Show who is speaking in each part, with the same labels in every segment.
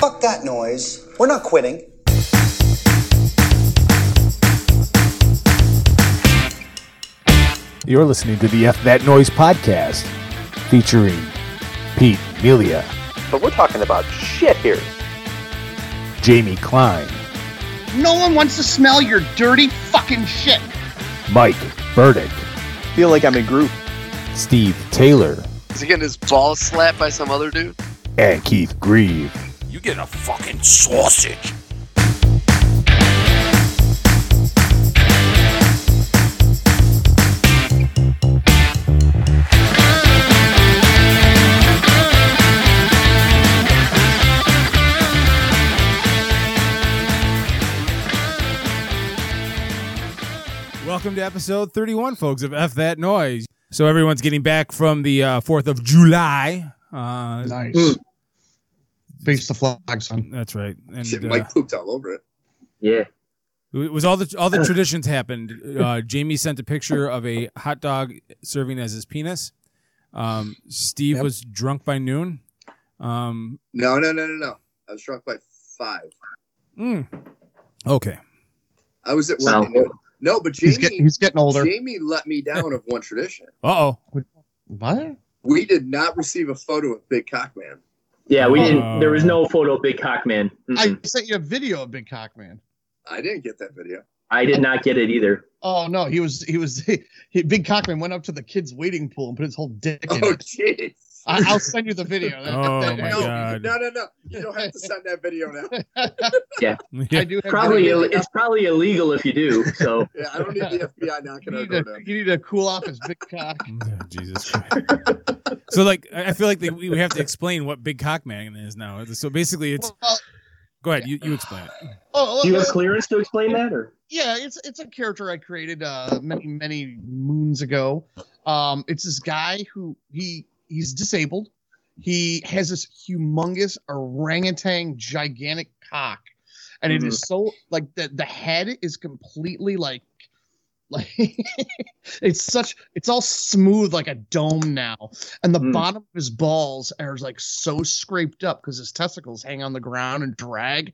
Speaker 1: Fuck that noise. We're not quitting.
Speaker 2: You're listening to the F That Noise podcast featuring Pete Melia,
Speaker 3: But we're talking about shit here.
Speaker 2: Jamie Klein,
Speaker 4: No one wants to smell your dirty fucking shit.
Speaker 2: Mike Burdick,
Speaker 3: Feel like I'm in group.
Speaker 2: Steve Taylor,
Speaker 5: Is he getting his balls slapped by some other dude?
Speaker 2: and Keith Grieve.
Speaker 6: You get a fucking sausage.
Speaker 7: Welcome to episode 31, folks, of F That Noise. So everyone's getting back from the uh, 4th of July. Uh,
Speaker 4: Nice. Face the flag, son.
Speaker 7: that's right. And,
Speaker 8: Shit,
Speaker 7: uh,
Speaker 8: Mike pooped all over it.
Speaker 3: Yeah.
Speaker 7: it was all the all the traditions happened. Uh, Jamie sent a picture of a hot dog serving as his penis. Um, Steve was drunk by noon. Um,
Speaker 8: No, no, no, no, no. I was drunk by five.
Speaker 7: mm. Okay.
Speaker 8: I was at work.
Speaker 3: Sounds
Speaker 8: and knew it. No, but Jamie,
Speaker 4: He's getting he's getting older.
Speaker 8: Jamie let me down of one tradition.
Speaker 7: Uh oh.
Speaker 4: What?
Speaker 8: We did not receive a photo of Big Cock Man.
Speaker 3: Yeah, we
Speaker 7: Oh.
Speaker 3: didn't. There was no photo of Big Cock Man.
Speaker 4: I
Speaker 3: Mm-mm.
Speaker 4: sent you a video of Big Cock Man.
Speaker 8: I didn't get that video.
Speaker 3: I did not get it either.
Speaker 4: Oh no, he was he was he, Big Cock Man went up to the kids' waiting pool and put his whole dick in
Speaker 8: Oh,
Speaker 4: it.
Speaker 8: jeez.
Speaker 4: I, I'll send you the video.
Speaker 7: Oh, my
Speaker 8: no,
Speaker 7: God.
Speaker 8: no, no, no. You don't have to send that video now.
Speaker 4: I do have
Speaker 3: Probably
Speaker 4: video.
Speaker 3: Ill- it's probably illegal if you do. So
Speaker 8: Yeah, I don't need the FBI knocking
Speaker 4: You
Speaker 8: on
Speaker 4: need,
Speaker 8: our
Speaker 4: to,
Speaker 8: door now.
Speaker 4: you need to cool off his big cock.
Speaker 7: Yeah, Jesus Christ. so, like, I I feel like they, we have to explain what Big Cock Man is now. So, basically, it's.
Speaker 4: Well,
Speaker 7: Go ahead. You, you explain it.
Speaker 4: oh,
Speaker 3: do you have
Speaker 4: oh,
Speaker 3: clearance to explain that, or
Speaker 4: yeah, it's it's a character I created uh, many many moons ago. Um, it's this guy who he he's disabled. He has this humongous orangutan gigantic cock, and it is so like the the head is completely like like it's such it's all smooth like a dome now, and the
Speaker 3: Mm.
Speaker 4: bottom of his balls are like so scraped up because his testicles hang on the ground and drag,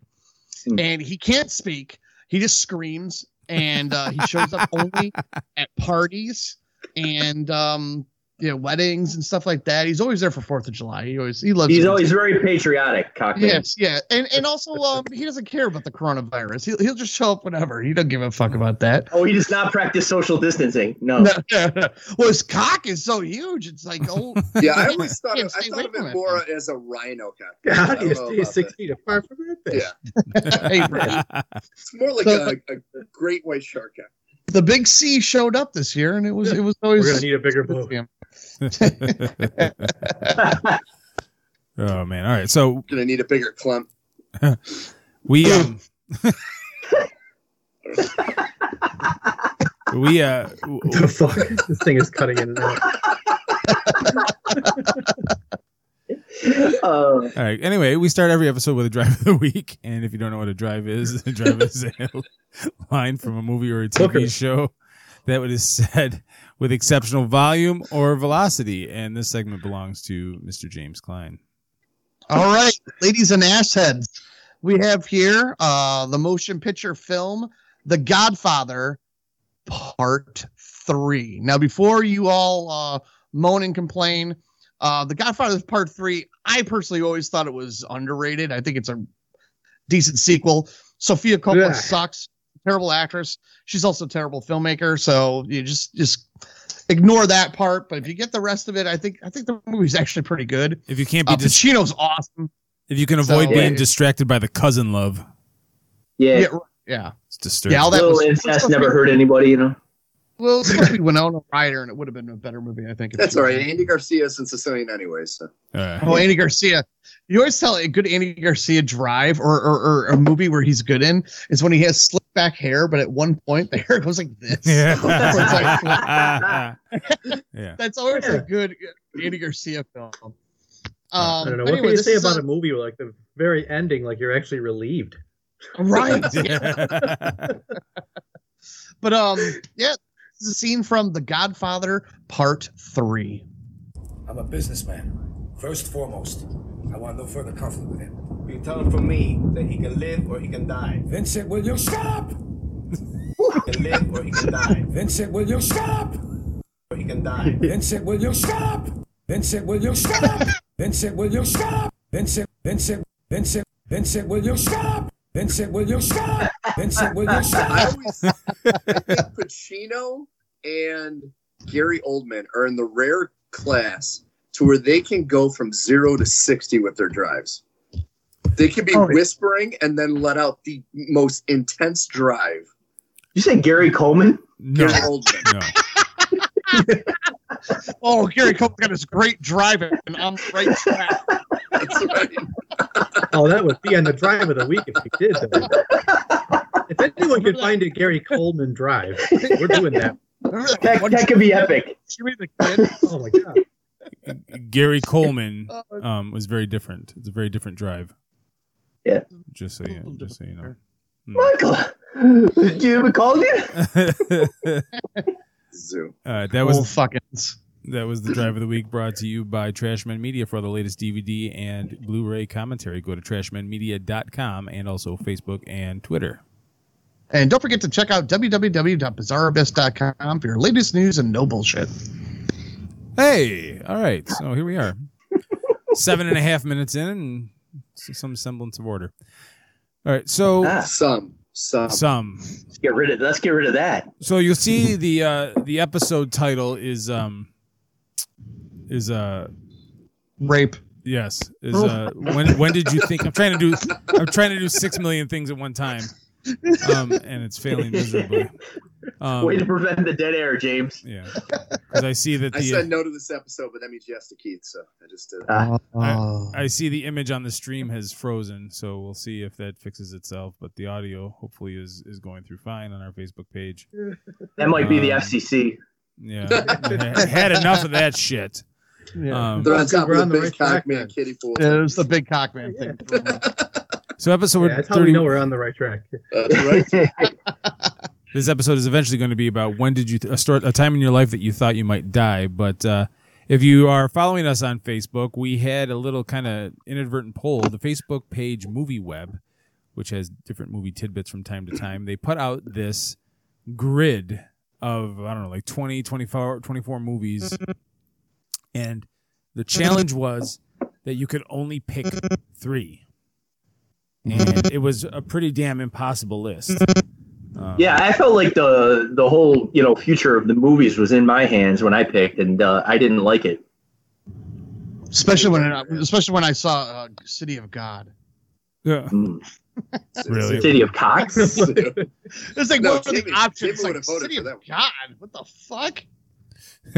Speaker 3: Mm.
Speaker 4: and he can't speak. He just screams, and uh, he shows up only at parties and um, you know weddings and stuff like that. He's always there for Fourth of July. He always he loves.
Speaker 3: he's
Speaker 4: it.
Speaker 3: always very patriotic, Cock Man.
Speaker 4: Yes, yeah, and and also um, he doesn't care about the coronavirus. He'll he'll just show up whenever. He don't give a fuck about that.
Speaker 3: Oh, he does not practice social distancing. No.
Speaker 4: No, no, no. Well, his cock is so huge. It's like oh,
Speaker 8: Yeah, I always thought,
Speaker 4: Yeah,
Speaker 8: of, I
Speaker 4: stay
Speaker 8: thought
Speaker 4: away
Speaker 8: of
Speaker 4: from
Speaker 8: it
Speaker 4: it,
Speaker 8: more
Speaker 4: man.
Speaker 8: as a rhino cock. I
Speaker 3: God,
Speaker 8: don't
Speaker 3: he's,
Speaker 8: know
Speaker 3: he's
Speaker 8: about
Speaker 3: six
Speaker 8: that.
Speaker 3: feet apart from that thing.
Speaker 8: Yeah.
Speaker 4: hey, bro.
Speaker 8: It's more like
Speaker 4: So-
Speaker 8: a, a great white shark cock.
Speaker 4: the big C showed up this year, and it was it was always.
Speaker 3: We're gonna need a bigger boat.
Speaker 4: Damn.
Speaker 7: oh, man. All right. So,
Speaker 8: Gonna need a bigger clump.
Speaker 7: We um, we uh w- w-
Speaker 9: fuck? this thing is cutting in and out.
Speaker 3: Uh,
Speaker 7: all right. Anyway, we start every episode with a drive of the week, and if you don't know what a drive is, a drive is a line from a movie or a TV
Speaker 9: Hooker.
Speaker 7: show that it is said with exceptional volume or velocity. And this segment belongs to Mr. James Klein.
Speaker 4: All right, ladies and ass heads, we have here uh, the motion picture film The Godfather, Part Three. Now, before you all uh, moan and complain, uh, The Godfather Part Three, I personally always thought it was underrated. I think it's a decent sequel. Sophia Coppola
Speaker 9: Yeah.
Speaker 4: sucks, terrible actress. She's also a terrible filmmaker. So you just just ignore that part. But if you get the rest of it, I think I think the movie's actually pretty good.
Speaker 7: If you can't be
Speaker 4: Uh,
Speaker 7: dis-
Speaker 4: Pacino's awesome.
Speaker 7: if you can avoid
Speaker 4: so-
Speaker 7: being
Speaker 4: Yeah.
Speaker 7: distracted by the cousin love,
Speaker 3: yeah.
Speaker 4: Yeah, right, yeah.
Speaker 7: it's disturbing.
Speaker 4: Yeah, all that
Speaker 3: Little
Speaker 4: was,
Speaker 3: incest never hurt anybody, you know.
Speaker 4: Well, it's supposed to be Winona Ryder, and it would have been a better movie, I think. if
Speaker 8: That's
Speaker 4: she-
Speaker 8: all right. Andy Garcia's in Sicilian anyway, so.
Speaker 7: Uh,
Speaker 4: Oh, Andy Garcia. You always tell a good Andy Garcia drive or, or, or a movie where he's good in is when he has slick back hair, but at one point the hair goes like this.
Speaker 7: yeah. yeah.
Speaker 4: That's always a good Andy Garcia film. Um,
Speaker 9: I don't know.
Speaker 4: but
Speaker 9: What
Speaker 4: anyway,
Speaker 9: can you
Speaker 4: this
Speaker 9: say
Speaker 4: is
Speaker 9: about a movie like the very ending? Like you're actually relieved.
Speaker 4: Right. But um, yeah, is a scene from The Godfather Part Three.
Speaker 10: I'm a businessman. First and foremost, I want no further conflict with him. You tell him from me that he can live or he can die. Vincent, will you shut up? he can live or he can die. Vincent, will you shut up? Or he can die. Vincent, will you shut up? Vincent, will you shut up? Vincent, will you shut up? Vincent, Vincent, Vincent, Vincent, will you shut up? Vincent, will you shut up? Vincent, will you shut
Speaker 8: I
Speaker 10: up?
Speaker 8: always I think Pacino and Gary Oldman are in the rare class to where they can go from zero to sixty with their drives. They can be
Speaker 3: Oh, yeah.
Speaker 8: whispering and then let out the most intense drive.
Speaker 3: You say Gary Coleman?
Speaker 7: No,
Speaker 8: Gary Oldman.
Speaker 7: no.
Speaker 4: Oh, Gary Coleman got his great driving and on the right track.
Speaker 8: That's right.
Speaker 9: Oh, that would be on the drive of the week if we did. Though. If anyone could find a Gary Coleman drive, we're doing that.
Speaker 4: Remember that,
Speaker 3: That,
Speaker 4: one
Speaker 3: that could be epic.
Speaker 4: she made the kid?
Speaker 9: Oh my god!
Speaker 7: Gary Coleman
Speaker 4: Uh,
Speaker 7: um, was very different. It's a very different drive.
Speaker 3: Yeah.
Speaker 7: Just so you, just so you know.
Speaker 3: Michael, do you recall you?
Speaker 8: Zoo.
Speaker 7: uh, that
Speaker 4: Old
Speaker 7: was
Speaker 4: fuckings.
Speaker 7: that was the drive of the week brought to you by Trashman Media for the latest DVD and Blu-ray commentary. Go to trashmanmedia.com and also Facebook and Twitter.
Speaker 4: And don't forget to check out www.bizarrebest.com for your latest news and no bullshit.
Speaker 7: Hey, all right. So here we are, seven and a half minutes in, and s- some semblance of order. All right. So
Speaker 3: Ah,
Speaker 8: Some. Some.
Speaker 7: some.
Speaker 3: let's get rid of. Let's get rid of that.
Speaker 7: So you'll see the uh, the episode title is um is uh
Speaker 4: Rape.
Speaker 7: yes is uh when when did you think I'm trying to do I'm trying to do six million things at one time, um and it's failing miserably.
Speaker 3: Way to
Speaker 7: Um,
Speaker 3: prevent the dead air, James.
Speaker 7: yeah, because I see that
Speaker 8: I
Speaker 7: the
Speaker 8: said no to this episode, but that means yes to Keith, so I just did.
Speaker 4: Uh,
Speaker 8: it.
Speaker 3: Ah.
Speaker 7: I see the image on the stream has frozen, so we'll see if that fixes itself. But the audio hopefully is is going through fine on our Facebook page.
Speaker 3: That might be the
Speaker 7: Um,
Speaker 3: FCC.
Speaker 7: Yeah, I had enough of that shit. Um,
Speaker 8: They're on
Speaker 9: That's good,
Speaker 8: top
Speaker 9: we're on
Speaker 8: of
Speaker 9: the
Speaker 8: the
Speaker 9: right
Speaker 8: big
Speaker 9: track
Speaker 8: cock man
Speaker 9: then.
Speaker 8: kiddie pool.
Speaker 4: it was the big cock man thing.
Speaker 7: so episode
Speaker 9: Yeah, that's how we
Speaker 7: thirty.
Speaker 9: know we're on the right track.
Speaker 8: That's right.
Speaker 7: This episode is eventually going to be about when did you th- a, start, a time in your life that you thought you might die. But uh, if you are following us on Facebook, we had a little kind of inadvertent poll. The Facebook page Movie Web, which has different movie tidbits from time to time, they put out this grid of I don't know like 20, 24, 24 movies, and the challenge was that you could only pick three, and it was a pretty damn impossible list. Um,
Speaker 3: Yeah, I felt like the the whole you know future of the movies was in my hands when I picked, and uh, I didn't like it.
Speaker 4: especially when I, especially when I saw uh, City of God.
Speaker 7: Yeah.
Speaker 3: Mm.
Speaker 7: Really?
Speaker 3: City of Cox.
Speaker 4: It's like
Speaker 8: No,
Speaker 4: what were
Speaker 8: Jimmy-
Speaker 4: the options?
Speaker 8: Jimmy
Speaker 4: Like
Speaker 8: would've voted
Speaker 4: City
Speaker 8: for
Speaker 4: of
Speaker 8: that one.
Speaker 4: God. What the fuck?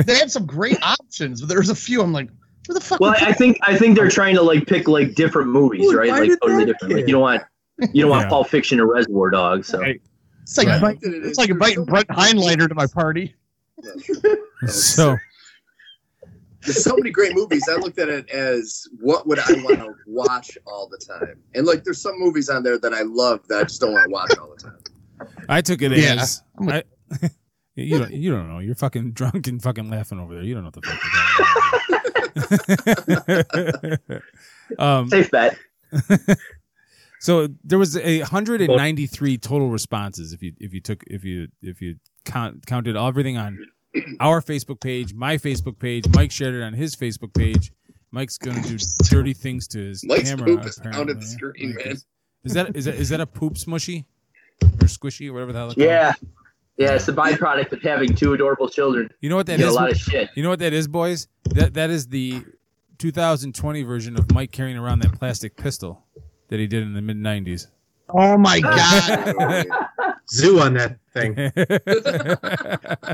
Speaker 4: they had some great options, but there was a few. I'm like, where the fuck?
Speaker 3: Well,
Speaker 4: was
Speaker 3: I I
Speaker 4: that?
Speaker 3: think I think they're trying to like pick like different movies,
Speaker 9: Dude,
Speaker 3: right?
Speaker 9: why
Speaker 3: Like
Speaker 9: did
Speaker 3: totally
Speaker 9: that
Speaker 3: different. Like
Speaker 9: kid?
Speaker 3: you don't want you don't
Speaker 7: Yeah.
Speaker 3: want Pulp Fiction or Reservoir Dogs. So
Speaker 7: Right.
Speaker 4: it's like
Speaker 7: Right.
Speaker 4: invite-
Speaker 8: That it
Speaker 4: it's
Speaker 8: is.
Speaker 4: like
Speaker 8: There's
Speaker 4: inviting
Speaker 8: so
Speaker 4: Brett
Speaker 8: many great
Speaker 4: Heinleiner to my
Speaker 8: movies.
Speaker 4: party.
Speaker 7: So
Speaker 8: There's so many great movies. I looked at it as what would I want to watch all the time? And like, there's some movies on there that I love that I just don't want to watch all the time.
Speaker 7: I took it
Speaker 4: Yeah.
Speaker 7: as I, you don't you don't know. You're fucking drunk and fucking laughing over there. You don't know what the fuck. You're talking about. um,
Speaker 3: safe bet.
Speaker 7: so there was a 193 total responses if you if you took if you if you count, counted everything on our Facebook page, my Facebook page. Mike shared it on his Facebook page. Mike's gonna do dirty things to his
Speaker 8: Mike's
Speaker 7: camera.
Speaker 8: poop is
Speaker 7: apparently.
Speaker 8: out of the screen, man.
Speaker 7: Is that is that is that a poop smushy or squishy or whatever the hell? it's called?
Speaker 3: Yeah, yeah. It's the byproduct of having two adorable children.
Speaker 7: You know what
Speaker 3: You
Speaker 7: that
Speaker 3: get a
Speaker 7: is?
Speaker 3: lot of shit.
Speaker 7: You know what that is, boys? That that is the 2020 version of Mike carrying around that plastic pistol that he did in the mid 90s.
Speaker 4: Oh my
Speaker 3: Uh,
Speaker 4: god!
Speaker 9: Zoo on that thing.
Speaker 3: It's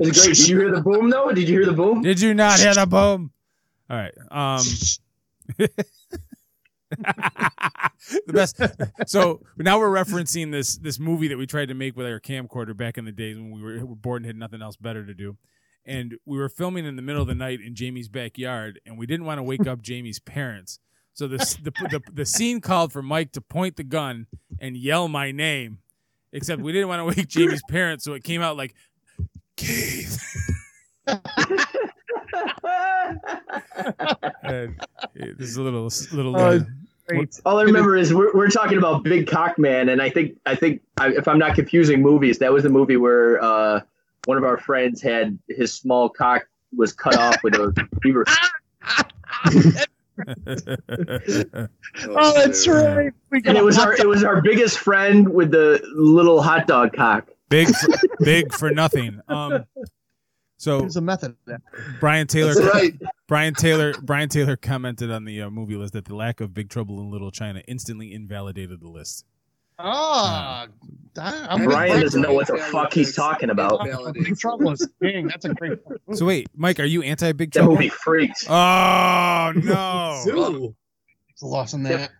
Speaker 3: great. Did you hear the boom though? Did you hear the boom?
Speaker 7: did you not hear the boom? All right. Um the best. So now we're referencing this this movie that we tried to make with our camcorder back in the days when we were, were bored and had nothing else better to do, and we were filming in the middle of the night in Jamie's backyard, and we didn't want to wake up Jamie's parents. So this, the, the the scene called for Mike to point the gun and yell my name, except we didn't want to wake Jamie's parents, so it came out like Keith. There's a little little.
Speaker 3: Oh,
Speaker 7: uh,
Speaker 3: All I remember is we're, we're talking about Big Cock Man, and I think I think I, if I'm not confusing movies, that was the movie where uh, one of our friends had his small cock was cut off with a beaver.
Speaker 4: Oh, that's right. We
Speaker 3: And it was our it was our biggest friend with the little hot dog cock.
Speaker 7: big, for, big for nothing. Um, so
Speaker 4: There's a method. to that.
Speaker 7: Brian Taylor,
Speaker 8: That's right.
Speaker 7: Brian Taylor, Brian Taylor commented on the uh, movie list that the lack of Big Trouble in Little China instantly invalidated the list.
Speaker 4: Ah, I- I'm with
Speaker 3: Brian
Speaker 4: Brian.
Speaker 3: doesn't know what the fuck he's talking about.
Speaker 4: Big trouble is king. That's a great.
Speaker 7: So wait, Mike, are you anti Big
Speaker 3: That
Speaker 7: Trouble?
Speaker 3: movie freaked.
Speaker 7: Oh no!
Speaker 9: Zoo.
Speaker 4: loss in that.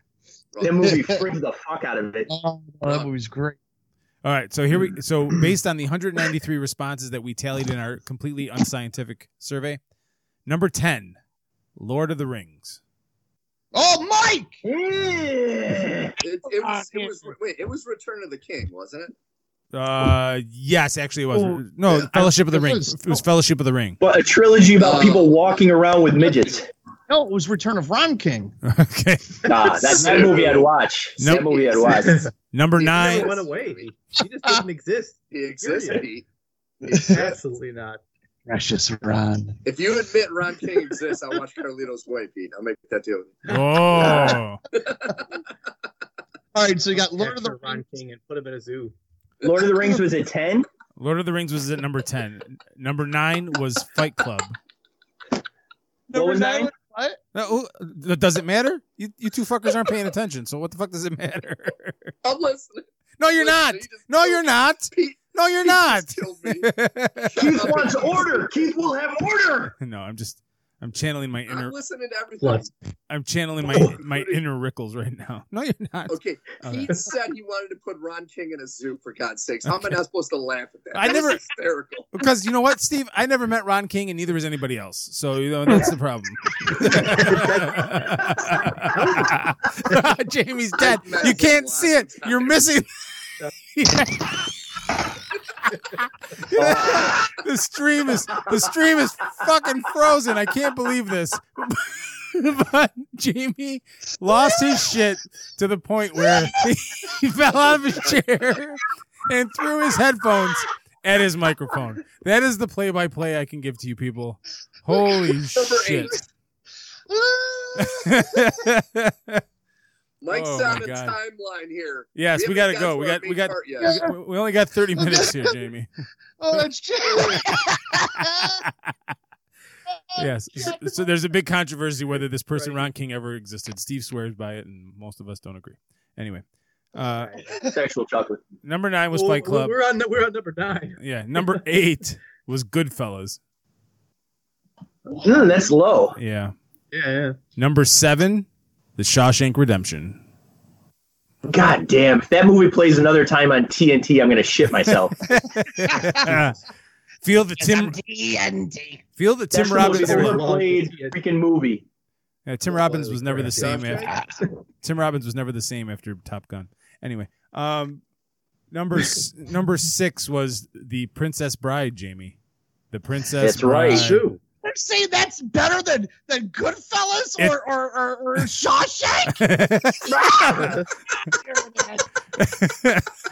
Speaker 3: That movie freaked the fuck out of it.
Speaker 4: Oh, that movie's great.
Speaker 7: All right, so here we so based on the 193 responses that we tallied in our completely unscientific survey, number 10, Lord of the Rings.
Speaker 4: Oh, Mike!
Speaker 3: Yeah.
Speaker 8: It, it,
Speaker 7: Ah,
Speaker 8: was, it was wait, it was Return of the King, wasn't it?
Speaker 7: Uh, yes, actually it was
Speaker 4: Oh.
Speaker 7: no Fellowship of the
Speaker 4: It
Speaker 7: Ring.
Speaker 4: was-
Speaker 7: It was Fellowship of the Ring.
Speaker 3: But a trilogy about people walking around with midgets.
Speaker 4: No, it was Return of Ron King.
Speaker 7: Okay,
Speaker 3: Nah, that, that movie I'd watch.
Speaker 7: Nope.
Speaker 3: That movie I'd watch.
Speaker 7: number
Speaker 8: He
Speaker 9: He
Speaker 7: nine.
Speaker 9: went away. He just doesn't exist.
Speaker 8: He exists.
Speaker 9: Period.
Speaker 8: Pete.
Speaker 9: Absolutely not.
Speaker 4: Precious Ron.
Speaker 8: If you admit Ron King exists, I'll watch Carlito's Way, Pete. I'll make that deal with you.
Speaker 7: Oh,
Speaker 4: All right, so you got Lord of
Speaker 9: Capture
Speaker 4: the
Speaker 9: Ron
Speaker 4: Rings.
Speaker 9: King and put him in a zoo.
Speaker 3: Lord of the Rings was at ten.
Speaker 7: Lord of the Rings was at number 10. Number 9 was Fight Club.
Speaker 3: What was
Speaker 4: nine?
Speaker 3: that?
Speaker 7: No, who- that doesn't matter. You you two fuckers aren't paying attention. So what the fuck does it matter?
Speaker 8: I'm listening.
Speaker 7: No, you're not. No, you're not.
Speaker 8: Pete,
Speaker 7: No, you're
Speaker 8: Pete
Speaker 7: not.
Speaker 8: just killed me.
Speaker 3: Keith wants order. Keith will have order.
Speaker 7: No, I'm just I'm channeling my
Speaker 8: I'm
Speaker 7: inner
Speaker 8: listening to everything.
Speaker 9: Plus,
Speaker 7: I'm channeling my my inner Rickles right now. No, you're not.
Speaker 8: Okay,
Speaker 7: All
Speaker 8: Pete
Speaker 7: right.
Speaker 8: said he wanted to put Ron King in a zoo for God's sakes. How am I not supposed to laugh at that?
Speaker 7: I
Speaker 8: That's
Speaker 7: never-
Speaker 8: hysterical.
Speaker 7: Because you know what, Steve? I never met Ron King and neither has anybody else. So you know that's the problem. Jamie's dead. You can't see it. You're missing the stream is the stream is fucking frozen. I can't believe this. but Jamie lost his shit to the point where he fell out of his chair and threw his headphones at his microphone. That is the play-by-play I can give to you people. Holy shit!
Speaker 8: Mike's
Speaker 7: Oh, my
Speaker 8: on a
Speaker 7: God.
Speaker 8: timeline here.
Speaker 7: yes, we gotta
Speaker 8: haven't gotten
Speaker 7: go.
Speaker 8: to
Speaker 7: We
Speaker 8: our
Speaker 7: got we
Speaker 8: main
Speaker 7: got
Speaker 8: part yet.
Speaker 7: we we only got thirty minutes here, Jamie.
Speaker 4: oh, that's Jamie.
Speaker 7: Yes. So, so there's a big controversy whether this person Ron King ever existed. Steve swears by it, and most of us don't agree. Anyway, uh,
Speaker 3: Sexual chocolate.
Speaker 7: number nine was
Speaker 9: Well,
Speaker 7: Fight Club.
Speaker 9: We're on we're on number nine.
Speaker 7: Yeah. Number eight was Goodfellas.
Speaker 3: Mm, that's low.
Speaker 7: Yeah.
Speaker 9: Yeah, yeah.
Speaker 7: Number seven, The Shawshank Redemption.
Speaker 3: God damn! If that movie plays another time on TNT, I'm gonna shit myself.
Speaker 7: feel the Tim. Feel the
Speaker 3: That's the
Speaker 7: Tim
Speaker 3: most
Speaker 7: Robbins.
Speaker 3: overplayed freaking movie.
Speaker 7: Yeah, Tim Robbins was never the same
Speaker 8: Shawshank?
Speaker 7: after. Tim Robbins was never the same after Top Gun. Anyway, um, number s- number six was the Princess Bride, Jamie. The Princess.
Speaker 3: That's right.
Speaker 7: Bride.
Speaker 9: Zoo.
Speaker 4: They're saying that's better than than Goodfellas
Speaker 7: It-
Speaker 4: or, or, or, or Shawshank.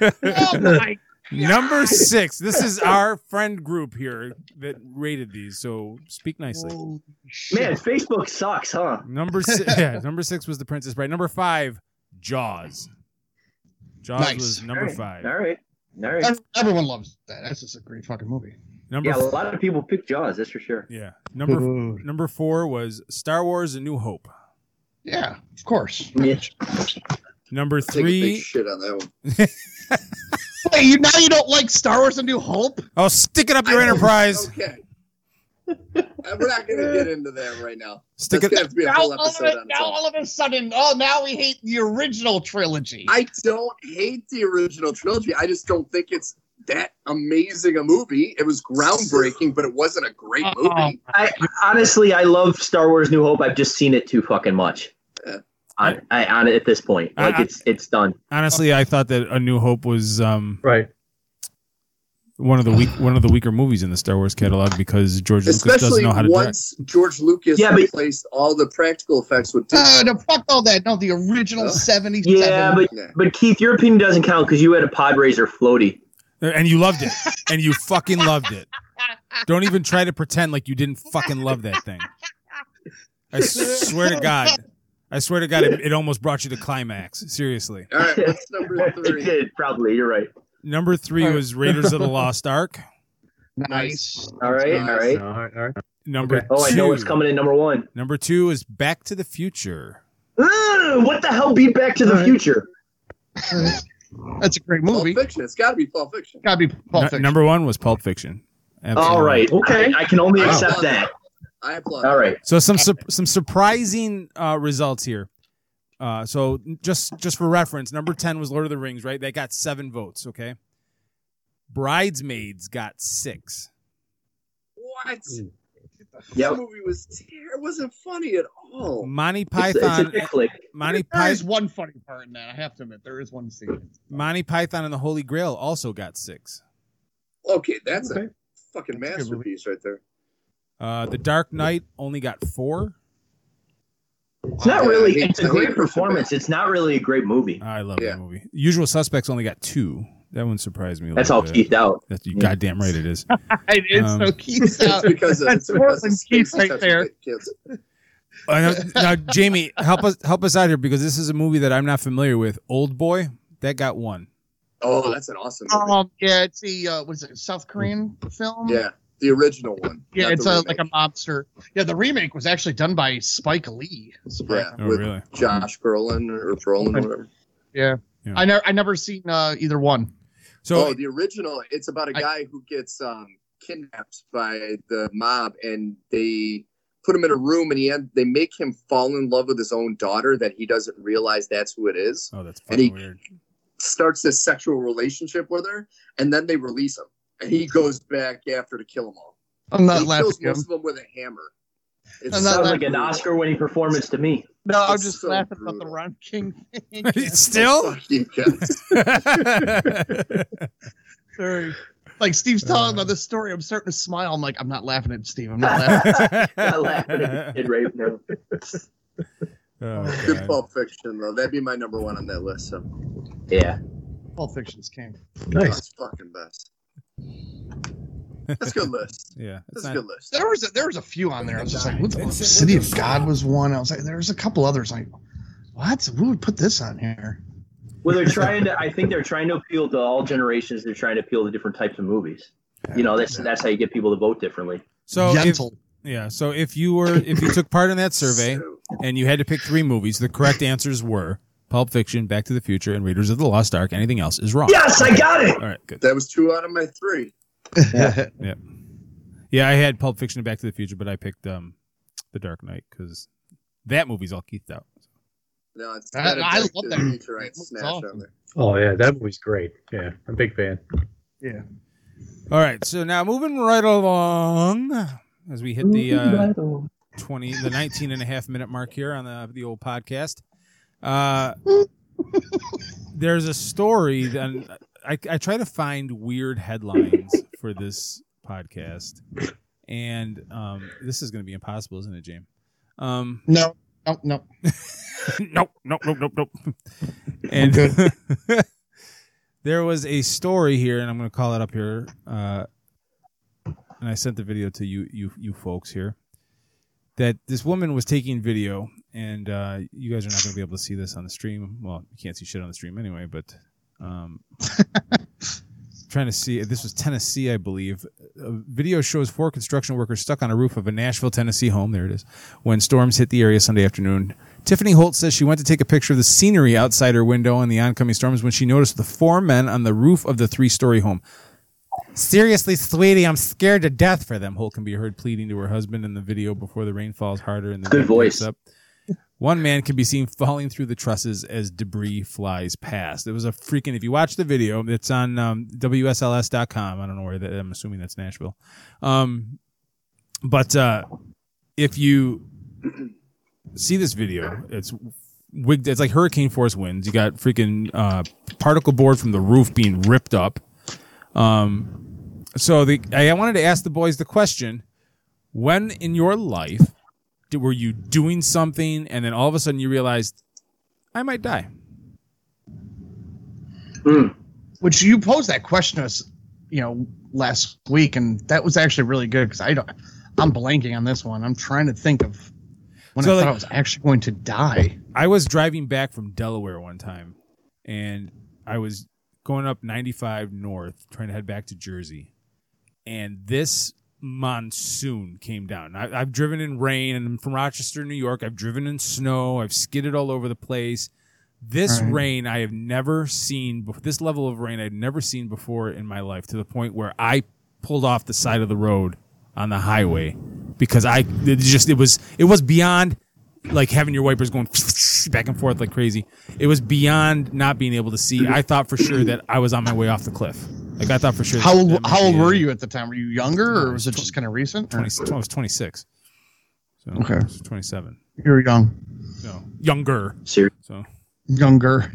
Speaker 4: Oh my!
Speaker 7: Number six. This is our friend group here that rated these. So speak nicely.
Speaker 4: Holy
Speaker 3: Man,
Speaker 4: shit.
Speaker 3: Facebook sucks, huh?
Speaker 7: Number six. Yeah, number six was the Princess Bride. Number five, Jaws. Jaws
Speaker 4: Nice.
Speaker 7: was number five.
Speaker 3: All right. All right.
Speaker 4: Ev- Everyone loves that. That's just a great fucking movie.
Speaker 7: Number
Speaker 3: Yeah, a
Speaker 7: f-
Speaker 3: lot of people pick Jaws. That's for sure.
Speaker 7: yeah. Number number four was Star Wars: A New Hope.
Speaker 4: Yeah, of course.
Speaker 3: Yeah.
Speaker 7: Number
Speaker 8: Take a big
Speaker 7: three.
Speaker 8: shit on that one.
Speaker 4: Wait, you now you don't like Star Wars: A New Hope?
Speaker 7: Oh, stick it up your
Speaker 8: I know-
Speaker 7: enterprise.
Speaker 8: Okay. We're not going to get into that right now.
Speaker 7: Stick
Speaker 8: That's
Speaker 7: it.
Speaker 8: going to have to be a
Speaker 4: Now
Speaker 8: whole
Speaker 4: all, of
Speaker 8: episode
Speaker 4: a,
Speaker 8: on its
Speaker 4: now
Speaker 8: own.
Speaker 4: all of a sudden, oh, now we hate the original trilogy.
Speaker 8: I don't hate the original trilogy. I just don't think it's that amazing a movie. It was groundbreaking, but it wasn't a great movie.
Speaker 4: Oh.
Speaker 3: I honestly, I love Star Wars: New Hope. I've just seen it too fucking much.
Speaker 8: Yeah.
Speaker 3: I, I on it at this point, like
Speaker 7: I- I-
Speaker 3: it's it's done.
Speaker 7: Honestly, I thought that A New Hope was um
Speaker 9: Right.
Speaker 7: one of the weak one of the weaker movies in the Star Wars catalog because George Lucas doesn't
Speaker 8: Especially
Speaker 7: know how to direct.
Speaker 8: once George Lucas
Speaker 3: Yeah, but- Uh,
Speaker 8: replaced all the practical effects with
Speaker 4: Oh,
Speaker 8: digital.
Speaker 4: no, fuck all that. No, the original
Speaker 8: Uh,
Speaker 4: 77.
Speaker 3: Yeah, but
Speaker 8: Yeah.
Speaker 3: but Keith, your opinion doesn't count because you had a pod raiser floaty.
Speaker 7: And you loved it. And you fucking loved it. Don't even try to pretend like you didn't fucking love that thing. I s- swear to God. I swear to God, it, it almost brought you to climax. Seriously.
Speaker 8: All right, what's number
Speaker 3: it
Speaker 8: three?
Speaker 3: did probably. You're right.
Speaker 7: Number three was Raiders of the Lost Ark.
Speaker 4: nice.
Speaker 3: All right, all right.
Speaker 9: all right, all right.
Speaker 7: Number
Speaker 3: Oh, I know
Speaker 7: two-
Speaker 3: what's coming in number one.
Speaker 7: Number two is Back to the Future.
Speaker 3: Ugh, Mm, what the hell beat Back to the
Speaker 4: All right.
Speaker 3: Future?
Speaker 4: That's a great
Speaker 8: Pulp
Speaker 4: movie.
Speaker 8: Fiction. It's got to be Pulp Fiction.
Speaker 4: Gotta be
Speaker 7: Nu-
Speaker 4: Pulp Fiction.
Speaker 7: number one was Pulp Fiction. Absolutely.
Speaker 3: All right.
Speaker 9: Okay.
Speaker 3: I, I can only
Speaker 8: Wow.
Speaker 3: accept that.
Speaker 8: I applaud.
Speaker 3: All right.
Speaker 7: So some sur- some surprising uh, results here. Uh, so just just for reference, number ten was Lord of the Rings, right? That got seven votes. Okay, Bridesmaids got six.
Speaker 8: What?
Speaker 9: Mm.
Speaker 8: That
Speaker 3: Yep.
Speaker 8: movie was ter- it wasn't funny at all.
Speaker 7: Monty
Speaker 3: It's, it's a
Speaker 7: Python,
Speaker 3: dick flick.
Speaker 7: Monty,
Speaker 4: There
Speaker 7: Py-
Speaker 4: is one funny part in that. I have to admit, there is one scene.
Speaker 7: Monty Python and the Holy Grail also got six.
Speaker 8: Okay, that's
Speaker 9: Okay.
Speaker 8: a fucking
Speaker 4: That's a good movie.
Speaker 8: masterpiece right there.
Speaker 7: Uh, the Dark Knight only got four.
Speaker 3: It's not
Speaker 8: Yeah,
Speaker 3: really.
Speaker 8: I hate-
Speaker 3: It's
Speaker 8: I
Speaker 3: a
Speaker 8: hate
Speaker 3: great
Speaker 8: Christian
Speaker 3: performance. It's not really a great movie.
Speaker 7: I love
Speaker 8: Yeah.
Speaker 7: that movie. Usual Suspects only got two. That one surprised me. A
Speaker 3: That's
Speaker 7: little
Speaker 3: all
Speaker 7: bit.
Speaker 3: Keith out.
Speaker 7: That's you
Speaker 3: Yeah.
Speaker 7: goddamn right it is.
Speaker 4: It is
Speaker 7: Um,
Speaker 4: so Keith's uh,
Speaker 8: It's
Speaker 4: out.
Speaker 8: because of,
Speaker 4: That's
Speaker 8: it's because of
Speaker 4: Portland Keith
Speaker 8: space
Speaker 4: right
Speaker 8: touch
Speaker 4: there.
Speaker 8: kids.
Speaker 7: Uh, now, now, Jamie, help us help us out here because this is a movie that I'm not familiar with. Old Boy, that got one.
Speaker 8: Oh, that's an awesome movie.
Speaker 4: Um, yeah, it's the uh, was it a South Korean film?
Speaker 8: yeah, the original one.
Speaker 4: Um, yeah,
Speaker 8: not
Speaker 4: it's
Speaker 8: the
Speaker 4: a,
Speaker 8: remake.
Speaker 4: like a mobster. Yeah, the remake was actually done by Spike Lee.
Speaker 8: yeah,
Speaker 4: surprisingly.
Speaker 7: Oh,
Speaker 8: with
Speaker 7: really?
Speaker 8: Josh Brolin or Brolin or whatever.
Speaker 7: Yeah.
Speaker 4: I never I never seen uh, either one.
Speaker 7: So
Speaker 8: oh, the original. It's about a
Speaker 4: I-
Speaker 8: guy who gets um, kidnapped by the mob, and they put him in a room, and he end, they make him fall in love with his own daughter that he doesn't realize that's who it is.
Speaker 7: Oh, that's
Speaker 8: And he-
Speaker 7: fucking weird.
Speaker 8: Starts this sexual relationship with her, and then they release him, and he goes back after to kill them all.
Speaker 4: I'm not
Speaker 8: he
Speaker 4: laughing.
Speaker 8: kills most of them with a hammer. It's
Speaker 4: I'm not
Speaker 8: so
Speaker 3: Sounds like
Speaker 4: laughing.
Speaker 3: an
Speaker 8: brutal.
Speaker 3: Oscar-winning performance to me.
Speaker 4: No, I'm
Speaker 8: It's
Speaker 4: just
Speaker 8: so
Speaker 4: laughing about the
Speaker 8: brutal.
Speaker 4: Ron King thing.
Speaker 7: Still?
Speaker 8: Fuck you guys.
Speaker 4: Sorry. Like Steve's telling about this story, I'm starting to smile. I'm like, I'm not laughing at Steve. I'm not laughing.
Speaker 3: Not laughing at Kid Rape, no.
Speaker 7: Oh,
Speaker 8: Good
Speaker 7: God.
Speaker 8: Pulp Fiction though. That'd be my number one on that list. So
Speaker 3: Yeah.
Speaker 4: Pulp Fiction's king.
Speaker 9: Nice.
Speaker 8: that's fucking best. That's a good list.
Speaker 7: Yeah, it's
Speaker 8: That's
Speaker 7: not-
Speaker 8: a good list.
Speaker 4: There was a, there was a few on there. I was just like, what the City of God was one. I was like, there's a couple others. Like, what? Who would put this on here?
Speaker 3: Well, they're trying to. I think they're trying to appeal to all generations. They're trying to appeal to different types of movies. You know, that's that's how you get people to vote differently.
Speaker 7: so if,
Speaker 4: Gentle.
Speaker 7: yeah, so if you were if you took part in that survey
Speaker 8: So,
Speaker 7: and you had to pick three movies, the correct answers were Pulp Fiction, Back to the Future, and Raiders of the Lost Ark. Anything else is wrong.
Speaker 3: Yes, I got it.
Speaker 7: All right, good.
Speaker 8: that was two out of my three.
Speaker 7: Yeah, I had Pulp Fiction and Back to the Future, but I picked um, The Dark Knight because that movie's all Keithed out.
Speaker 8: No, it's
Speaker 4: I-
Speaker 8: got a
Speaker 4: I
Speaker 8: Back
Speaker 4: love
Speaker 8: to
Speaker 4: that
Speaker 8: the
Speaker 4: movie.
Speaker 8: Future, I'd
Speaker 4: It looks
Speaker 8: snatch
Speaker 4: awesome.
Speaker 8: on there.
Speaker 9: Oh yeah, that movie's great. Yeah, I'm a big fan.
Speaker 7: All right, so now moving right along as we hit the uh, 20 the 19 and a half minute mark here on the the old podcast. Uh there's a story that I I try to find weird headlines for this podcast. And um this is going to be impossible, isn't it, James? Um
Speaker 4: No, no, no.
Speaker 7: nope, nope, nope, nope, nope. And there was a story here, and I'm going to call it up here. Uh, and I sent the video to you, you, you folks here. That this woman was taking video, and uh, you guys are not going to be able to see this on the stream. Well, you can't see shit on the stream anyway, but. Um, trying to see this was tennessee i believe a video shows four construction workers stuck on a roof of a nashville tennessee home there it is when storms hit the area sunday afternoon Tiffany Holt says she went to take a picture of the scenery outside her window in the oncoming storms when she noticed the four men on the roof of the three story home. Seriously, sweetie, I'm scared to death for them. Holt can be heard pleading to her husband in the video before the rain falls harder and the
Speaker 3: Good
Speaker 7: wind
Speaker 3: voice.
Speaker 7: picks Up. One man can be seen falling through the trusses as debris flies past. It was a freaking. If you watch the video, it's on um, WSLS.com. I don't know where that. I'm assuming that's Nashville. Um, but uh, if you see this video, it's wigged. It's like hurricane force winds. You got freaking uh, particle board from the roof being ripped up. Um, so the I wanted to ask the boys the question: When in your life did, were you doing something and then all of a sudden you realized I might die?
Speaker 4: Which you posed that question to us, you know, last week, and that was actually really good because I don't. I'm blanking on this one. I'm trying to think of when I
Speaker 7: So, like-
Speaker 4: thought I was actually going to die.
Speaker 7: I was driving back from Delaware one time, and I was going up 95 north, trying to head back to Jersey, and this monsoon came down. I, I've driven in rain, and I'm from Rochester, New York. I've driven in snow. I've skidded all over the place. This
Speaker 4: Right.
Speaker 7: rain I have never seen. bef- This level of rain I've never seen before in my life. To the point where I pulled off the side of the road on the highway because I it just it was it was beyond like having your wipers going back and forth like crazy. It was beyond not being able to see. I thought for sure that I was on my way off the cliff. Like I thought for sure.
Speaker 4: How
Speaker 7: that-
Speaker 4: old,
Speaker 7: that might
Speaker 4: how old
Speaker 7: be
Speaker 4: were
Speaker 7: it.
Speaker 4: you at the time? Were you younger, or was it just kind of recent?
Speaker 7: 20, I was 26. So
Speaker 4: Okay.
Speaker 7: I was 27.
Speaker 4: You were young,
Speaker 7: No, younger.
Speaker 3: Sure.
Speaker 7: So
Speaker 4: younger.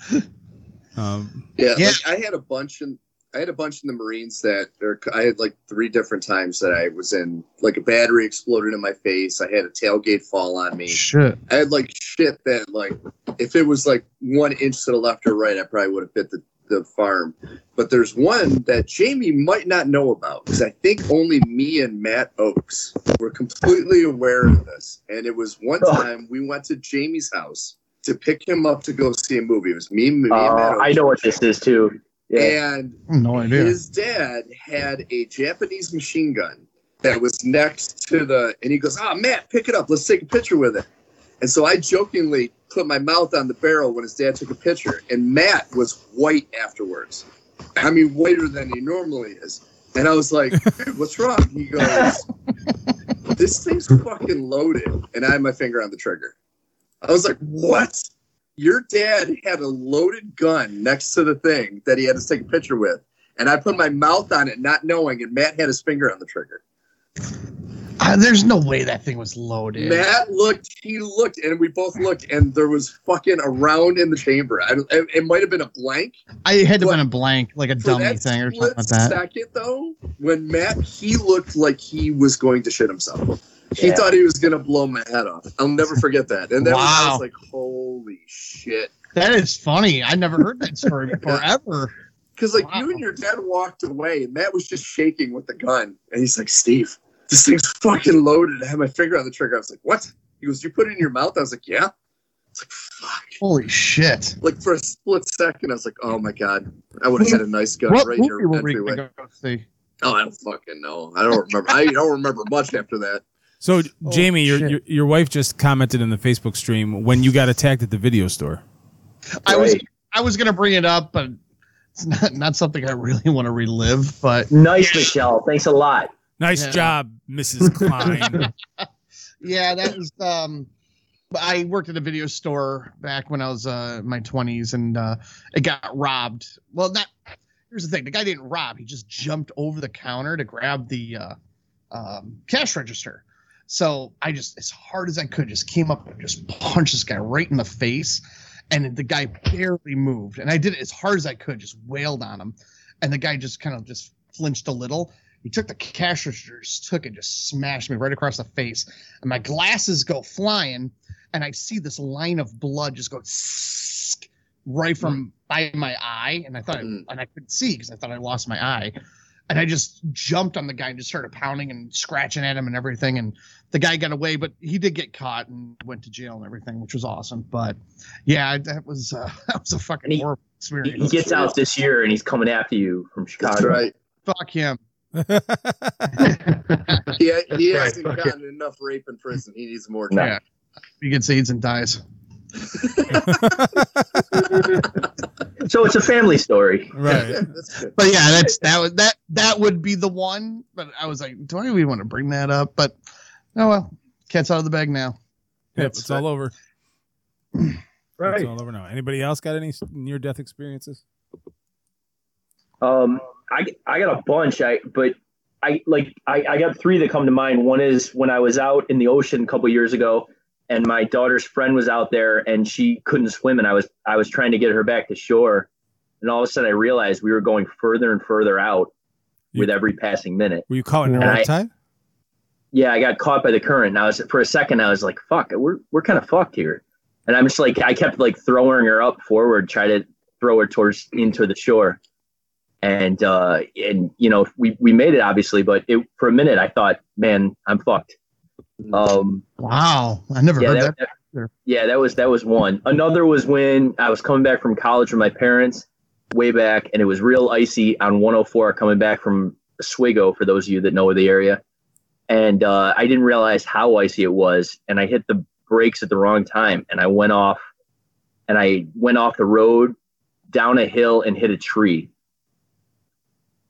Speaker 7: um,
Speaker 8: Yeah,
Speaker 4: Yeah.
Speaker 8: Like I had a bunch in I had a bunch in the Marines that or I had like three different times that I was in like a battery exploded in my face. I had a tailgate fall on me.
Speaker 4: Shit.
Speaker 8: I had like shit that like if it was like one inch to the left or right, I probably would have hit the, the farm. But there's one that Jamie might not know about because I think only me and Matt Oakes were completely aware of this. And it was one
Speaker 3: Oh.
Speaker 8: time we went to Jamie's house to pick him up to go see a movie. It was me, me and Matt
Speaker 3: Uh,
Speaker 8: Oakes.
Speaker 3: I know what this is too. Yeah.
Speaker 8: And
Speaker 4: No idea.
Speaker 8: his dad had a Japanese machine gun that was next to the, and he goes, "Ah, Matt, pick it up. Let's take a picture with it." And so I jokingly put my mouth on the barrel when his dad took a picture, and Matt was white afterwards. I mean, whiter than he normally is. And I was like, "Dude, "What's wrong?" He goes, "This thing's fucking loaded," and I had my finger on the trigger. I was like, "What?" Your dad had a loaded gun next to the thing that he had to take a picture with and I put my mouth on it, not knowing, and Matt had his finger on the trigger.
Speaker 4: Ah, there's no way that thing was loaded.
Speaker 8: Matt looked, he looked, and we both looked, and there was fucking a round in the chamber. I, it, it might have been a blank.
Speaker 4: I had to
Speaker 8: But-
Speaker 4: have been a blank, like a
Speaker 8: For
Speaker 4: dummy
Speaker 8: that
Speaker 4: thing or
Speaker 8: split
Speaker 4: something like that.
Speaker 8: second, though, when Matt, he looked like he was going to shit himself. He
Speaker 3: Yeah.
Speaker 8: thought he was going to blow my head off. I'll never forget that. And then I
Speaker 4: Wow.
Speaker 8: was like, holy shit.
Speaker 4: That is funny. I never heard that story before ever.
Speaker 8: Because, like,
Speaker 4: Wow.
Speaker 8: you and your dad walked away, and Matt was just shaking with the gun. And he's like, Steve, this thing's fucking loaded. I had my finger on the trigger. I was like, what? He goes, you put it in your mouth? I was like, yeah. It's like, fuck.
Speaker 4: Holy shit.
Speaker 8: Like, for a split second, I was like, oh my God. I would have had a nice gun
Speaker 4: what
Speaker 8: right
Speaker 4: movie
Speaker 8: in your
Speaker 4: were we
Speaker 8: entryway.
Speaker 4: going to go see?
Speaker 8: Oh, I don't fucking know. I don't remember. I don't remember much after that.
Speaker 7: so Jamie, your,
Speaker 4: Oh, shit.
Speaker 7: your your wife just commented in the Facebook stream when you got attacked at the video store.
Speaker 4: I was
Speaker 3: Right.
Speaker 4: I was going to bring it up, but it's not, not something I really want to relive. But
Speaker 3: Nice, Michelle. Thanks a lot.
Speaker 7: Nice
Speaker 4: Yeah.
Speaker 7: job, Mrs. Klein.
Speaker 4: yeah, that was. Um, I worked at a video store back when I was uh, in my 20s, and uh, it got robbed. Well, not. Here's the thing: the guy didn't rob; he just jumped over the counter to grab the uh, um, cash register. So I just, as hard as I could, just came up and just punched this guy right in the face, and the guy barely moved. And I did it as hard as I could, just wailed on him, and the guy just kind of just flinched a little. He took the cash register, just took it, just smashed me right across the face and my glasses go flying, and I see this line of blood just go right from by my eye, and I thought,
Speaker 8: Mm.
Speaker 4: and I couldn't see because I thought I lost my eye, and I just jumped on the guy and just started pounding and scratching at him and everything, and the guy got away, but he did get caught and went to jail and everything, which was awesome. But yeah, that was uh, that was a fucking
Speaker 3: And he-
Speaker 4: horrible
Speaker 3: He,
Speaker 4: experience.
Speaker 3: he gets out this year and he's coming after you from Chicago.
Speaker 8: That's right.
Speaker 4: Fuck him.
Speaker 8: He, he
Speaker 9: That's right.
Speaker 8: hasn't
Speaker 9: Fuck it.
Speaker 8: gotten enough rape in prison. He needs more.
Speaker 3: No.
Speaker 4: Yeah. He gets AIDS and dies.
Speaker 3: So it's a family story.
Speaker 7: right.
Speaker 8: That's good.
Speaker 4: but yeah, that's that was that that would be the one. But I was like, do I even want to bring that up? But oh well, cat's out of the bag now.
Speaker 7: Yep, it's all over. It's
Speaker 9: Right.
Speaker 7: all over now. Anybody else got any near death experiences?
Speaker 3: Um, I I got a bunch. I but I like I, I got three that come to mind. One is when I was out in the ocean a couple years ago, and my daughter's friend was out there, and she couldn't swim, and I was I was trying to get her back to shore, and all of a sudden I realized we were going further and further out, with every passing minute.
Speaker 7: Were you caught in
Speaker 3: And I-
Speaker 7: riptide?
Speaker 3: yeah, I got caught by the current. And I was for a second, I was like, "Fuck, we're we're kind of fucked here." And I'm just like, I kept like throwing her up forward, try to throw her towards into the shore, and uh, and you know we we made it obviously, but it, for a minute I thought, man, I'm fucked. Um,
Speaker 4: Wow, I never
Speaker 3: yeah,
Speaker 4: heard
Speaker 3: that,
Speaker 4: that.
Speaker 3: that- yeah, that was that was one. Another was when I was coming back from college with my parents way back, and it was real icy on 104 coming back from Oswego. For those of you that know the area, and uh, I didn't realize how icy it was, and I hit the brakes at the wrong time, and I went off, and I went off the road down a hill and hit a tree.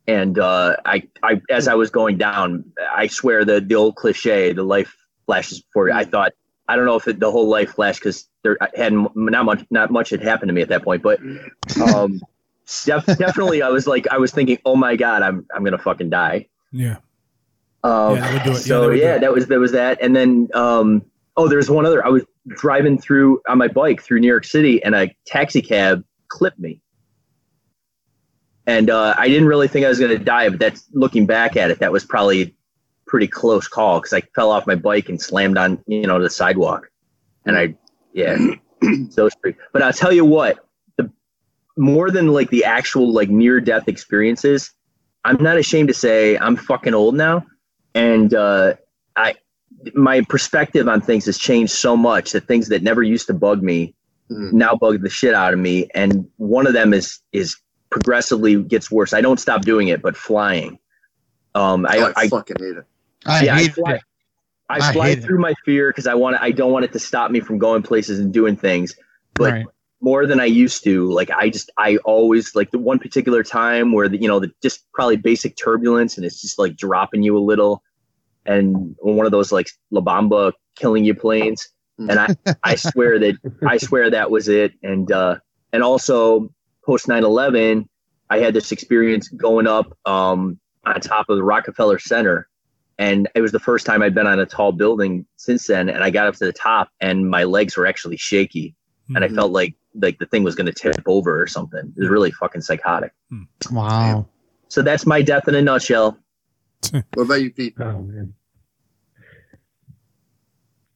Speaker 3: And uh, I, I, as I was going down, I swear the the old cliche, the life flashes before you. I thought, I don't know if it, the whole life flashed because there I hadn't not much not much had happened to me at that point, but um, def- definitely I was like I was thinking, oh my god, I'm I'm gonna fucking die.
Speaker 7: Yeah.
Speaker 3: Um,
Speaker 7: Yeah, that would do it. Yeah, that
Speaker 3: So
Speaker 7: would do
Speaker 3: yeah, that was that was that, and then um, oh, there was one other. I was driving through on my bike through New York City, and a taxi cab clipped me, and uh, I didn't really think I was going to die, but that's looking back at it, that was probably a pretty close call because I fell off my bike and slammed on you know the sidewalk, and I yeah, so screwed. But I'll tell you what, the more than like the actual like near death experiences. I'm not ashamed to say I'm fucking old now and uh, I my perspective on things has changed so much that things that never used to bug me now bug the shit out of me and one of them is is progressively gets worse i don't stop doing it but flying um i,
Speaker 8: Oh, I,
Speaker 3: I,
Speaker 8: fucking hate it.
Speaker 4: I
Speaker 3: yeah, I
Speaker 4: hate
Speaker 3: fly-
Speaker 4: it.
Speaker 3: I
Speaker 4: I
Speaker 3: fly
Speaker 4: hate it.
Speaker 3: through my fear because i want i don't want it to stop me from going places and doing things but
Speaker 4: Right.
Speaker 3: more than I used to. Like I just I always like the one particular time where the you know the just probably basic turbulence and it's just like dropping you a little, and one of those like La Bamba killing you planes. And I I swear that I swear that was it. And uh and also post 9/11, I had this experience going up um on top of the Rockefeller Center. And it was the first time I'd been on a tall building since then. And I got up to the top, and my legs were actually shaky and I felt like like the thing was going to tip over or something. It was really fucking psychotic.
Speaker 4: Wow.
Speaker 3: So that's my death in a nutshell.
Speaker 8: What about you, Pete?
Speaker 9: Oh man.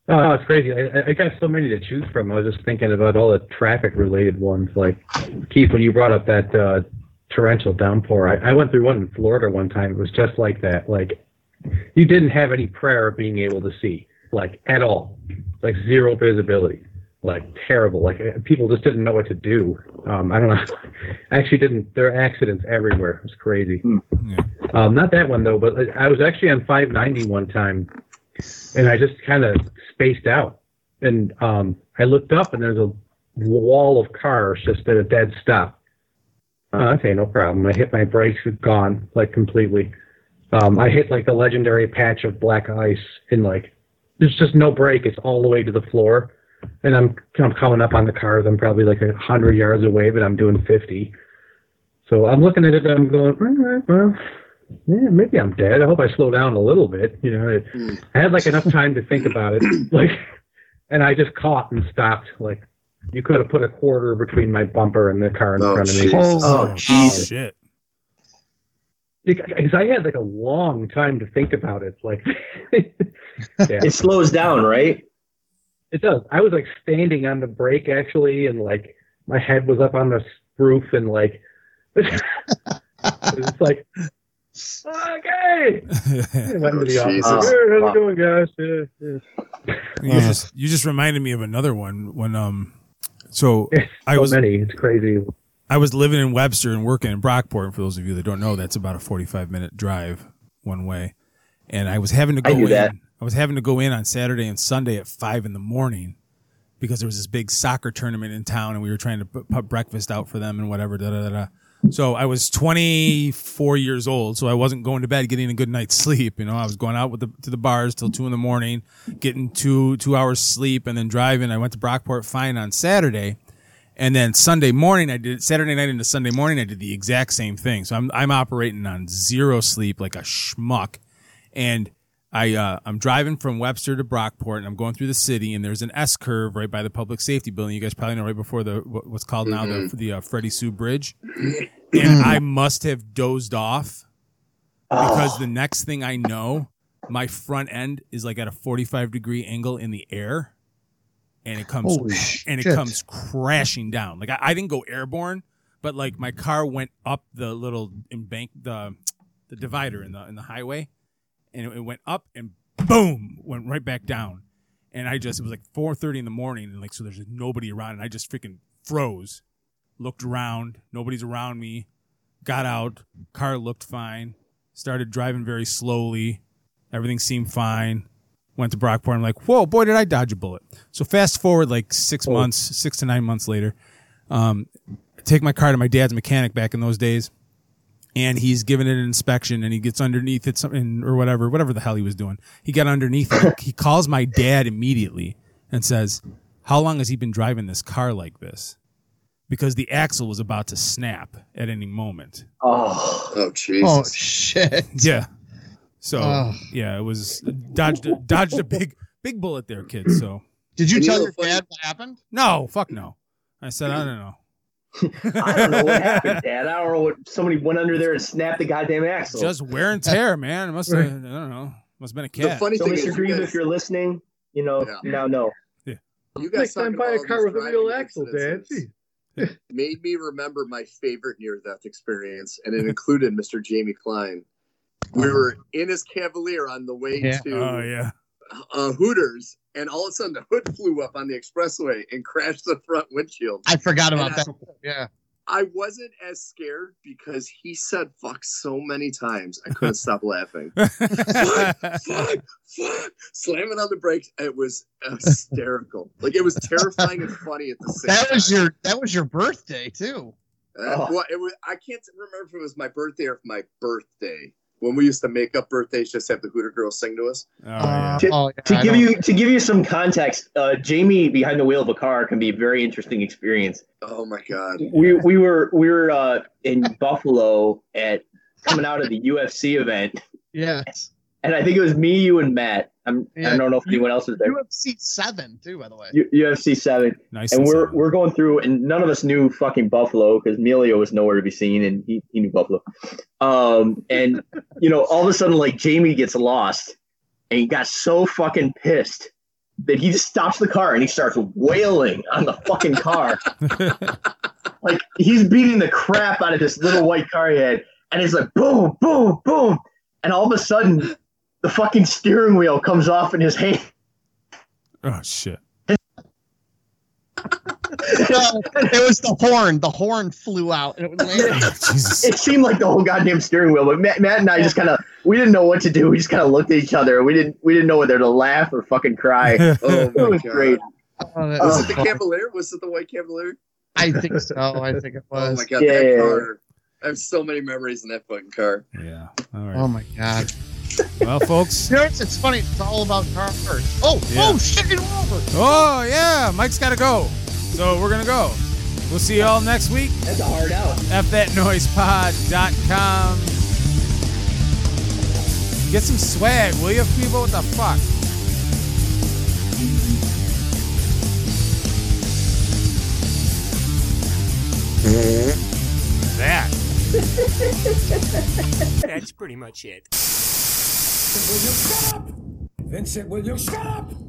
Speaker 9: Oh, it's crazy. I, I- I got so many to choose from. I was just thinking about all the traffic-related ones. Like Keith, when you brought up that uh, torrential downpour, I, I went through one in Florida one time. It was just like that. Like you didn't have any prayer of being able to see, like at all, like zero visibility, like terrible. Like uh, people just didn't know what to do. Um, I don't know. I actually didn't. There are accidents everywhere. It was crazy. Um, not that one though, but like, I was actually on 590 one time, and I just kind of spaced out, and um, I looked up and there's a wall of cars just at a dead stop. Uh, okay, no problem. I hit my brakes, it gone like completely. Um, I hit like the legendary patch of black ice, and like there's just no brake. It's all the way to the floor, and I'm I'm coming up on the cars. I'm probably like a hundred yards away, but I'm doing 50. So I'm looking at it and I'm going, all right, well, yeah, maybe I'm dead. I hope I slow down a little bit. You know,
Speaker 8: Mm.
Speaker 9: I had like enough time to think about it, like, and I just caught and stopped. Like, you could have put a quarter between my bumper and the car in
Speaker 8: Oh,
Speaker 9: front of me.
Speaker 8: Jesus.
Speaker 4: Oh,
Speaker 7: Jesus. shit.
Speaker 9: Because I had like a long time to think about it. Like, yeah,
Speaker 3: It slows down, right?
Speaker 9: it does. I was like standing on the brake actually, and like my head was up on the roof, and like, it's like, okay. I went to the
Speaker 8: Oh,
Speaker 9: office.
Speaker 8: Jesus.
Speaker 9: "Hey, how's
Speaker 3: Wow.
Speaker 9: it going, guys? Yeah, yeah.
Speaker 7: you just you just reminded me of another one when um so I
Speaker 9: so
Speaker 7: was
Speaker 9: many. It's crazy.
Speaker 7: I was living in Webster and working in Brockport. And for those of you that don't know, that's about a 45 minute drive one way. And I was having to
Speaker 3: I
Speaker 7: go
Speaker 3: do
Speaker 7: in.
Speaker 3: that.
Speaker 7: I was having to go in on Saturday and Sunday at five in the morning because there was this big soccer tournament in town and we were trying to put, put breakfast out for them and whatever. Da, da, da, da. So I was 24 years old. So I wasn't going to bed getting a good night's sleep. You know, I was going out with the, to the bars till two in the morning, getting two, two hours sleep and then driving. I went to Brockport fine on Saturday. And then Sunday morning, I did Saturday night into Sunday morning, I did the exact same thing. So I'm I'm operating on zero sleep like a schmuck, and I uh, I'm driving from Webster to Brockport, and I'm going through the city, and there's an S curve right by the public safety building. You guys probably know right before the what- what's called now the the uh, Freddie Sue Bridge, and I must have dozed off because the next thing I know, my front end is like at a 45 degree angle in the air, and it comes
Speaker 4: Holy
Speaker 7: and it
Speaker 4: shit.
Speaker 7: comes crashing down. Like I, I didn't go airborne, but like my car went up the little embank the the divider in the in the highway, and it, it went up and boom went right back down. And I just it was like 4:30 in the morning, and like so there's nobody around, and I just freaking froze, looked around, nobody's around me, got out, car looked fine, started driving very slowly, everything seemed fine. Went to Brockport. I'm like, whoa, boy, did I dodge a bullet. So fast forward like six months, six to nine months later, um, I take my car to my dad's mechanic back in those days, and he's giving it an inspection, and he gets underneath it something or whatever, whatever the hell he was doing. He got underneath it. He calls my dad immediately and says, "How long has he been driving this car like this?" Because the axle was about to snap at any moment.
Speaker 3: Oh,
Speaker 8: oh,
Speaker 4: Oh
Speaker 8: Jesus.
Speaker 4: shit!
Speaker 7: Yeah. So
Speaker 4: Ugh.
Speaker 7: yeah, it was dodged a, dodged a big big bullet there, kids. So
Speaker 4: Did you
Speaker 8: And you
Speaker 4: tell
Speaker 8: know
Speaker 4: your
Speaker 8: the funny-
Speaker 4: dad what happened?
Speaker 7: no, fuck no. I said I don't know.
Speaker 3: I don't know what happened, Dad. I don't know what somebody went under there and snapped the goddamn axle.
Speaker 7: Just wear and tear, man. It must have, I don't know. Must have been a
Speaker 8: The
Speaker 7: cat.
Speaker 8: funny
Speaker 3: so,
Speaker 8: thing
Speaker 3: Mr.
Speaker 8: is,
Speaker 3: Grieve,
Speaker 8: you
Speaker 3: if
Speaker 8: guys,
Speaker 3: you're listening, you know
Speaker 8: Yeah.
Speaker 3: you now know.
Speaker 8: you guys
Speaker 11: Next time,
Speaker 8: talking
Speaker 11: buy
Speaker 8: about
Speaker 11: a
Speaker 8: all
Speaker 11: car
Speaker 8: these
Speaker 11: with a
Speaker 8: driving
Speaker 11: real axle, Dad.
Speaker 8: incidences
Speaker 11: Gee.
Speaker 8: Made me remember my favorite near death experience, and it included Mr. Jamie Klein.
Speaker 11: Uh-huh.
Speaker 8: We were in his Cavalier on the way
Speaker 4: Yeah.
Speaker 8: to
Speaker 7: oh yeah.
Speaker 8: uh, Hooters, and all of a sudden the hood flew up on the expressway and crashed the front windshield.
Speaker 4: I forgot about
Speaker 8: And I-
Speaker 4: that. Yeah.
Speaker 8: I wasn't as scared because he said fuck so many times. I couldn't stop laughing. Fuck,
Speaker 7: Oh,
Speaker 8: fuck, fuck. Slamming on the brakes. It was hysterical. Like, it was terrifying and funny at the same time.
Speaker 4: That was your that was your birthday too.
Speaker 8: Uh,
Speaker 3: Oh.
Speaker 8: well, it was, I can't remember if it was my birthday or if my birthday. When we used to make up birthdays, just have the Hooter girls sing to us.
Speaker 7: Oh, yeah.
Speaker 3: To-
Speaker 4: oh, yeah,
Speaker 3: to
Speaker 4: I
Speaker 3: give
Speaker 4: don't-
Speaker 3: you to give you some context, uh, Jamie behind the wheel of a car can be a very interesting experience.
Speaker 8: Oh my god!
Speaker 3: We we were we were uh, in Buffalo at coming out of the UFC event,
Speaker 4: yes.
Speaker 3: and I think it was me, you, and Matt. I'm, I
Speaker 4: Yeah.
Speaker 3: don't know if anyone else was there.
Speaker 4: UFC seven too, by the way.
Speaker 3: U- UFC seven,
Speaker 7: Nice.
Speaker 3: and we're
Speaker 7: sound.
Speaker 3: we're going through, and none of us knew fucking Buffalo because Melio was nowhere to be seen, and he, he knew Buffalo. Um, and you know, all of a sudden, like Jamie gets lost, and he got so fucking pissed that he just stops the car and he starts wailing on the fucking car, like he's beating the crap out of this little white car he had, and it's like boom, boom, boom, and all of a sudden, the fucking steering wheel comes off in his hand.
Speaker 7: oh shit.
Speaker 4: No, it was the horn. The horn flew out and it landed.
Speaker 7: Jesus.
Speaker 3: it seemed like the whole goddamn steering wheel. But Matt, Matt and I just kind of we didn't know what to do. We just kind of looked at each other. We didn't we didn't know whether to laugh or fucking cry. It
Speaker 8: Oh my
Speaker 3: was
Speaker 8: god!
Speaker 3: great.
Speaker 4: Oh, that
Speaker 8: Was
Speaker 4: was
Speaker 8: it the
Speaker 4: fun.
Speaker 8: Cavalier? Was it the White Cavalier?
Speaker 4: I think so. I think it
Speaker 8: Oh
Speaker 4: was.
Speaker 8: my god!
Speaker 3: Yeah.
Speaker 8: That car. I have so many memories in that fucking car.
Speaker 7: Yeah. All
Speaker 4: Oh
Speaker 7: right.
Speaker 4: my god.
Speaker 7: Well, folks.
Speaker 4: You know, it's, it's funny. It's all about cars. Oh,
Speaker 7: Yeah.
Speaker 4: oh, shit, it over.
Speaker 7: Oh yeah, Mike's got to go. So we're gonna go. We'll see y'all next week.
Speaker 3: That's a hard out.
Speaker 7: fthatnoisepod.com. Get some swag, will you, people? What the fuck? that.
Speaker 6: That's pretty much it.
Speaker 10: Will you stop? Vincent, will you stop?